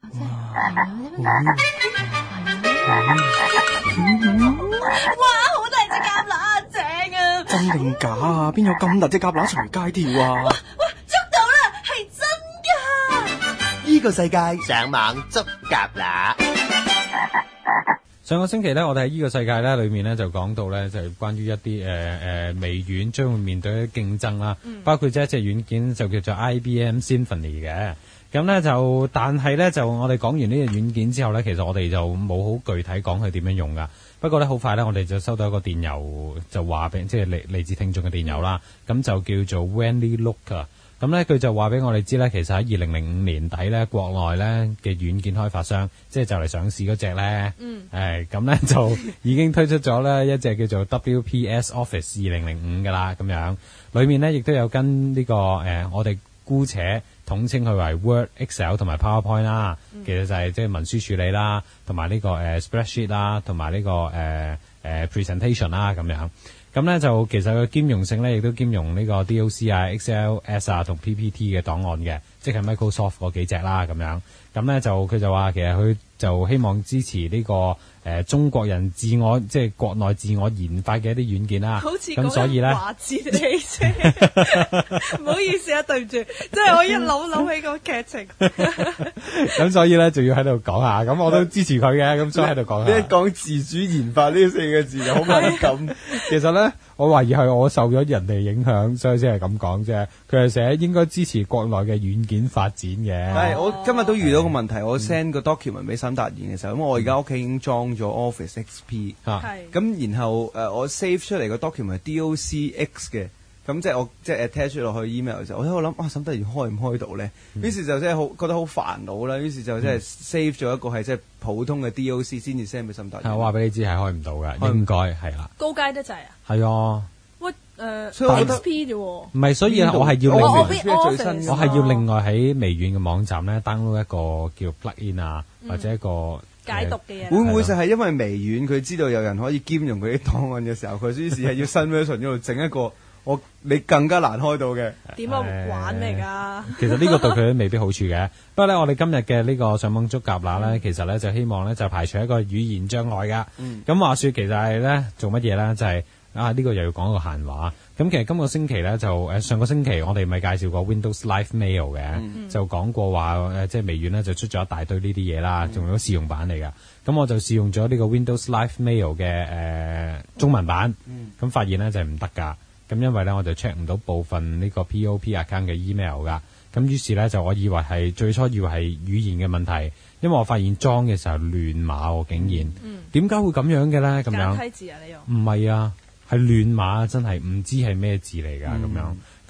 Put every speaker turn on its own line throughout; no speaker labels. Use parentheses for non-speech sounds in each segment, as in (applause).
(laughs) 哇，好大隻蛤乸，正啊！
真定假啊？邊有咁大隻蛤乸隨街跳啊？
哇，捉到啦，係真㗎！
呢個世界
上網捉蛤乸。
上個星期咧，我哋喺呢個世界咧裏面咧就講到咧，就係關於一啲誒誒微軟將會面對嘅競爭啦，包括即係一隻軟件就叫做 IBM Symphony 嘅。咁咧就，但係咧就我哋講完呢隻軟件之後咧，其實我哋就冇好具體講佢點樣用噶。不過咧，好快咧，我哋就收到一個電郵，就話俾即係嚟嚟自聽眾嘅電郵啦。咁就叫做 Wendy Looker。咁咧佢就話俾我哋知咧，其實喺二零零五年底咧，國內咧嘅軟件開發商，即係就嚟上市嗰只咧，誒咁咧就已經推出咗咧一隻叫做 WPS Office 二零零五嘅啦，咁樣裡面咧亦都有跟呢、個誒、呃我哋姑且統稱佢為 Word、Excel 同埋 PowerPoint 啦，其實就係即係文書處理啦，同埋呢個誒、呃 spreadsheet 啦，同埋呢個誒誒、呃 presentation 啦咁樣。咁咧就其實佢兼容性咧，亦都兼容呢個 DOC 啊、XLS 啊同 PPT 嘅檔案嘅，即係 Microsoft 嗰幾隻啦咁樣。咁咧就佢就話其實佢就希望支持呢、個誒、呃中國人自我即係國內自我研發嘅一啲軟件啦。
好似
咁所以 (laughs) 咧。
華智汽
(laughs)
車，唔好意思啊，對唔住，即係我一腦諗起個劇情，
咁所以咧就要喺度講下，
(laughs)
咁我都支持佢嘅，咁所以喺度講啊
你一
下。
講自主研發呢四個字就好敏
(laughs)
感，
其實咧，我懷疑係我受咗人哋影響，所以先係咁講啫。佢係寫應該支持國內嘅軟件發展
係
嘅。
我今日都遇到個問題，我 send 個 document 俾沈達賢嘅時候，咁我而家屋企已經裝咗 Office XP，
嚇，
係
咁然後誒、呃我 save 出嚟個 document 係 DOCX 嘅，咁即係我即係 attach 落去 email 嘅時候，我喺度諗啊，沈達賢開唔開到咧？
嗯
於是就真係好覺得好煩惱啦，於是就即係 save 咗一個係即係普通嘅 DOC 先至 send 俾沈達
啊係我
賢。
話俾你知係開唔到嘅，
開唔
應該係啦，
高階得滯啊！
係啊，
喂，誒
所以我覺得
XP 啫喎，
唔係，所以呢啊我係要哦
我
另
我
我
外，
邊
邊最新
office，
我係要另外喺微軟嘅網站咧 download 一個叫 plug in 啊，或者一個
解讀嘅
會
嘢，
唔會就係因為微軟佢知道有人可以兼容佢啲檔案嘅時候，佢於是係要新 version 嗰度整一個我你更加難開到嘅？
點啊玩嚟㗎？
其實呢個對佢都未必好處嘅。不過咧，我哋今日嘅呢個上網捉蛤乸咧，其實咧就希望咧就排除一個語言障礙噶。咁、話說其實係咧做乜嘢咧？就係、啊呢、個又要講一個閒話。咁其實今個星期咧就誒、呃上個星期我哋咪介紹過 Windows Live Mail 嘅，就講過話誒、呃即係微軟咧就出咗一大堆呢啲嘢啦，仲有試用版嚟噶。咁我就試用咗呢個 Windows Live Mail 嘅誒、呃中文版，咁、發現咧就係唔得㗎。咁因為咧我就 check 唔到部分呢個 POP account 嘅 email 噶，咁於是咧就我以為係最初以為係語言嘅問題，因為我發現裝嘅時候亂碼喎，竟然，點解、會咁樣嘅咧？咁
簡
樣
體字啊，你用
唔係啊，係亂碼，真係唔知係咩字嚟㗎
嗯
咁樣。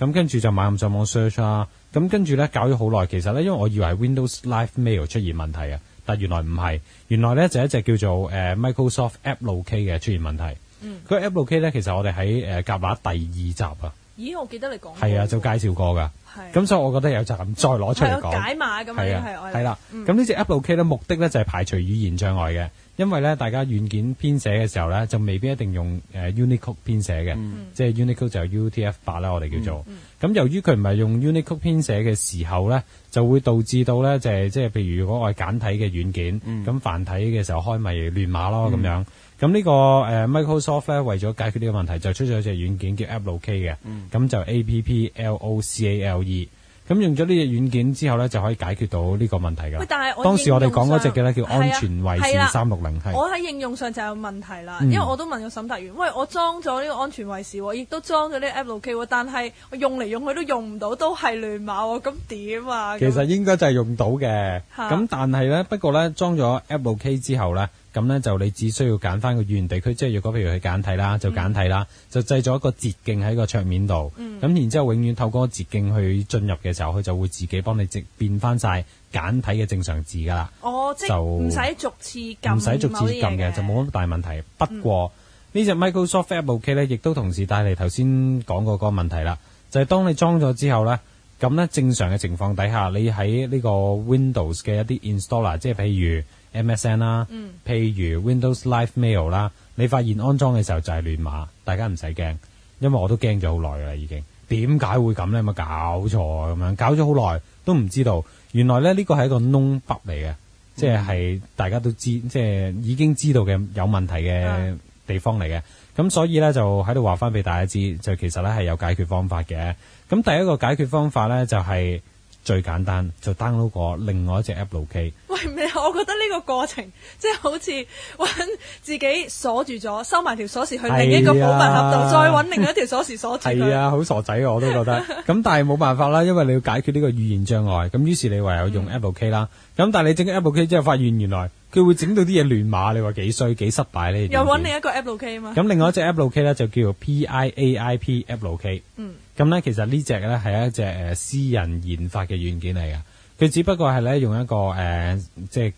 咁跟住就猛咁上網 search 啦，咁跟住咧搞咗好耐，其實咧因為我以為係 Windows Live Mail 出現問題啊，但原來唔係，原來咧就係一隻叫做誒、呃 Microsoft App Locate 嘅出現問題。
嗯
佢 App Locate 咧，其實我哋喺誒呃夾乸第二集啊，
咦，我記得你講過
係啊，就介紹過㗎。
哦係
咁所以我覺得有責任再攞出嚟
係有解
講。
碼咁樣
係
係我嗯
啊，
哋
係啦。咁呢只 Apple K 咧，目的咧就係排除語言障礙嘅，因為咧大家軟件編寫嘅時候咧，就未必一定用誒 Unicode 編寫嘅，即係 Unicode 就有 UTF 八啦，我哋叫做。咁由於佢唔係用 Unicode 編寫嘅時候咧，就會導致到咧就係即係譬如如果我係簡體嘅軟件，咁繁體嘅時候開咪亂碼咯咁樣。咁呢個誒 Microsoft 咧，為咗解決呢個問題，就出咗隻軟件叫 Apple K 嘅，咁就 A P P L O C A L E。咁用咗呢隻軟件之後咧，就可以解決到呢個問題㗎
喂
啦。
但係我
當時我哋講嗰隻嘅咧
應
叫
用上係
安
啊
全衛
係啦
士三六零，係
我喺應用上就有問題啦，
嗯
因為我都問過審達員，喂，我裝咗呢個安全衛士喎，亦都裝咗呢個 App l o K 喎，但係我用嚟用去都用唔到，都係亂碼喎，咁點啊？
其實
咁
應該就係用到嘅。
嚇
咁但係咧，不過咧裝咗 Apple K 之後咧，咁咧就你只需要揀翻個語言地區，即係如果譬如佢簡體啦，
嗯
就簡體啦，就製咗一個捷徑喺個桌面度。咁、
嗯
然之後永遠透過捷徑去進入嘅時候，佢就會自己幫你直變翻晒簡體嘅正常字㗎啦。
哦，即係
就
唔使逐次撳，
唔使逐字撳嘅，就冇。乜大問題。不過呢只 Microsoft Apple K 咧，亦都同時帶嚟頭先講過嗰個問題啦，就係、當你裝咗之後咧，咁咧正常嘅情況底下，你喺呢個 Windows 嘅一啲 installer，即係譬如 MSN 啦，譬如 Windows Live Mail 啦，你發現安裝嘅時候就係亂碼，大家唔使驚，因為我都驚咗好耐㗎啦已經。點解會咁咧？有冇搞錯啊咁樣？搞咗好耐都唔知道，原來咧呢個係一個 known bug 嚟嘅。即係大家都知，即係已經知道嘅有問題嘅
嗯
地方嚟嘅。咁所以咧就喺度話翻俾大家知，就其實咧係有解決方法嘅。咁第一個解決方法咧就係、最簡單，就 download 個另外一隻 app 路機。
喂，唔係，我覺得呢個過程即係好似揾自己鎖住咗，收埋條鎖匙去另一個
係
保
啊
密盒度，再揾另一條鎖匙鎖住
係
佢。
啊，好傻仔啊，我都覺得。 (laughs) 咁但係冇辦法啦，因為你要解決呢個語言障礙，咁於是你唯有用 Apple K 啦。咁但係你整咗 Apple K 之後，發現原來佢會整到啲嘢亂碼，你話幾衰幾失敗呢？
又揾另一個 app 路 K 啊 (laughs) 嘛。
嗯咁另外一隻 Apple K 咧就叫做 PIAIP Apple K。
嗯。
咁咧其實呢隻咧係一隻誒私人研發嘅軟件嚟嘅，佢只不過係咧用一個誒、呃即係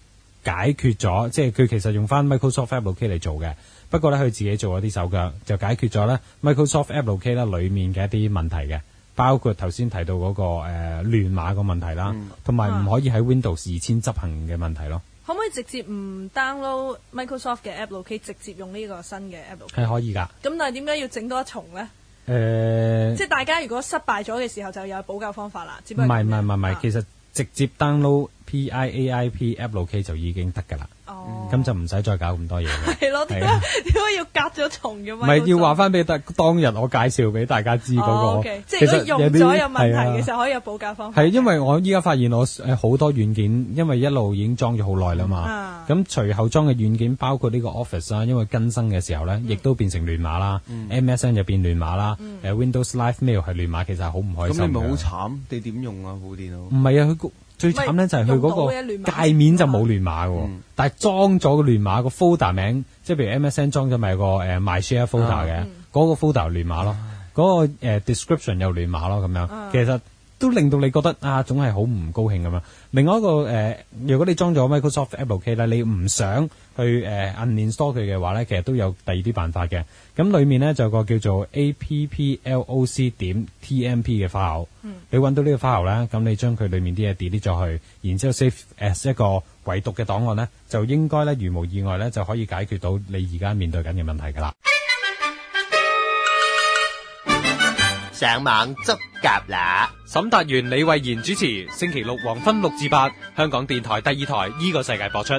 解決咗，即係佢其實用翻 Microsoft Apple K 嚟做嘅。不過咧，佢自己做咗啲手腳，就解決咗咧啊 Microsoft Apple K 咧裡面嘅一啲問題嘅，包括頭先提到嗰、個誒、呃、亂碼個問題啦，同埋唔可以喺 Windows 二千執行嘅問題咯，
可唔可以直接唔 download Microsoft 嘅 app 路 K，直接用呢個新嘅 app 路 K？
係可以㗎。誒、
咁但係點解要整多一重呢？即係大家如果失敗咗嘅時候，就有補救方法啦。只
唔
不過
係唔係唔係唔係，其
實
實直接 download PIAIP App 路 K 就已經得㗎啦，
哦，
咁就唔使再搞嗯咁多嘢啦。
(laughs) 係咯，點解點解要隔咗重嘅？
唔係要話翻俾大當日我介紹俾大家知
哦
嗰個
，OK，，即係如果用咗有問題嘅時
候。
候，可以有補救方法。
啊係因為我依家發現我誒好多軟件，因為一路已經裝咗好耐啦嘛
啊。
咁隨後裝嘅軟件包括呢個 Office 啦，因為更新嘅時候
嗯
咧，亦都變成亂碼啦。MSN
嗯
就變亂碼啦。誒 Windows Live Mail 係亂碼，其實係好唔開心
咁你咪
㗎
好慘？你點用啊部電腦？
唔係啊，佢個最慘咧就係佢
唔係用
嗰
到
個
嘅
界面就冇亂碼嘅喎
嗯，
但係裝咗個亂碼個 folder 名，即係譬如 MSN 裝咗咪有個誒 MyShare folder 嘅，嗰個 folder 亂碼咯，嗰個誒 description 又亂碼咯咁樣，其實都令到你覺得啊，總係好唔高興咁樣。另外一個誒，如果你裝咗 Microsoft Apple K 咧，你唔想去誒 uninstall 佢嘅話咧，其實都有第二啲辦法嘅。咁裡面咧就有個叫做 apploc 點 tmp 嘅 file。你揾到呢個 file 啦，咁你將佢裡面啲嘢 delete 咗去，然之後 save as 一個唯獨嘅檔案咧，就應該咧如無意外咧就可以解決到你而家面對緊嘅問題㗎啦。
上網執甲啦！
沈達元、李慧賢主持，星期六黃昏六至八，香港電台第二台依個世界播出。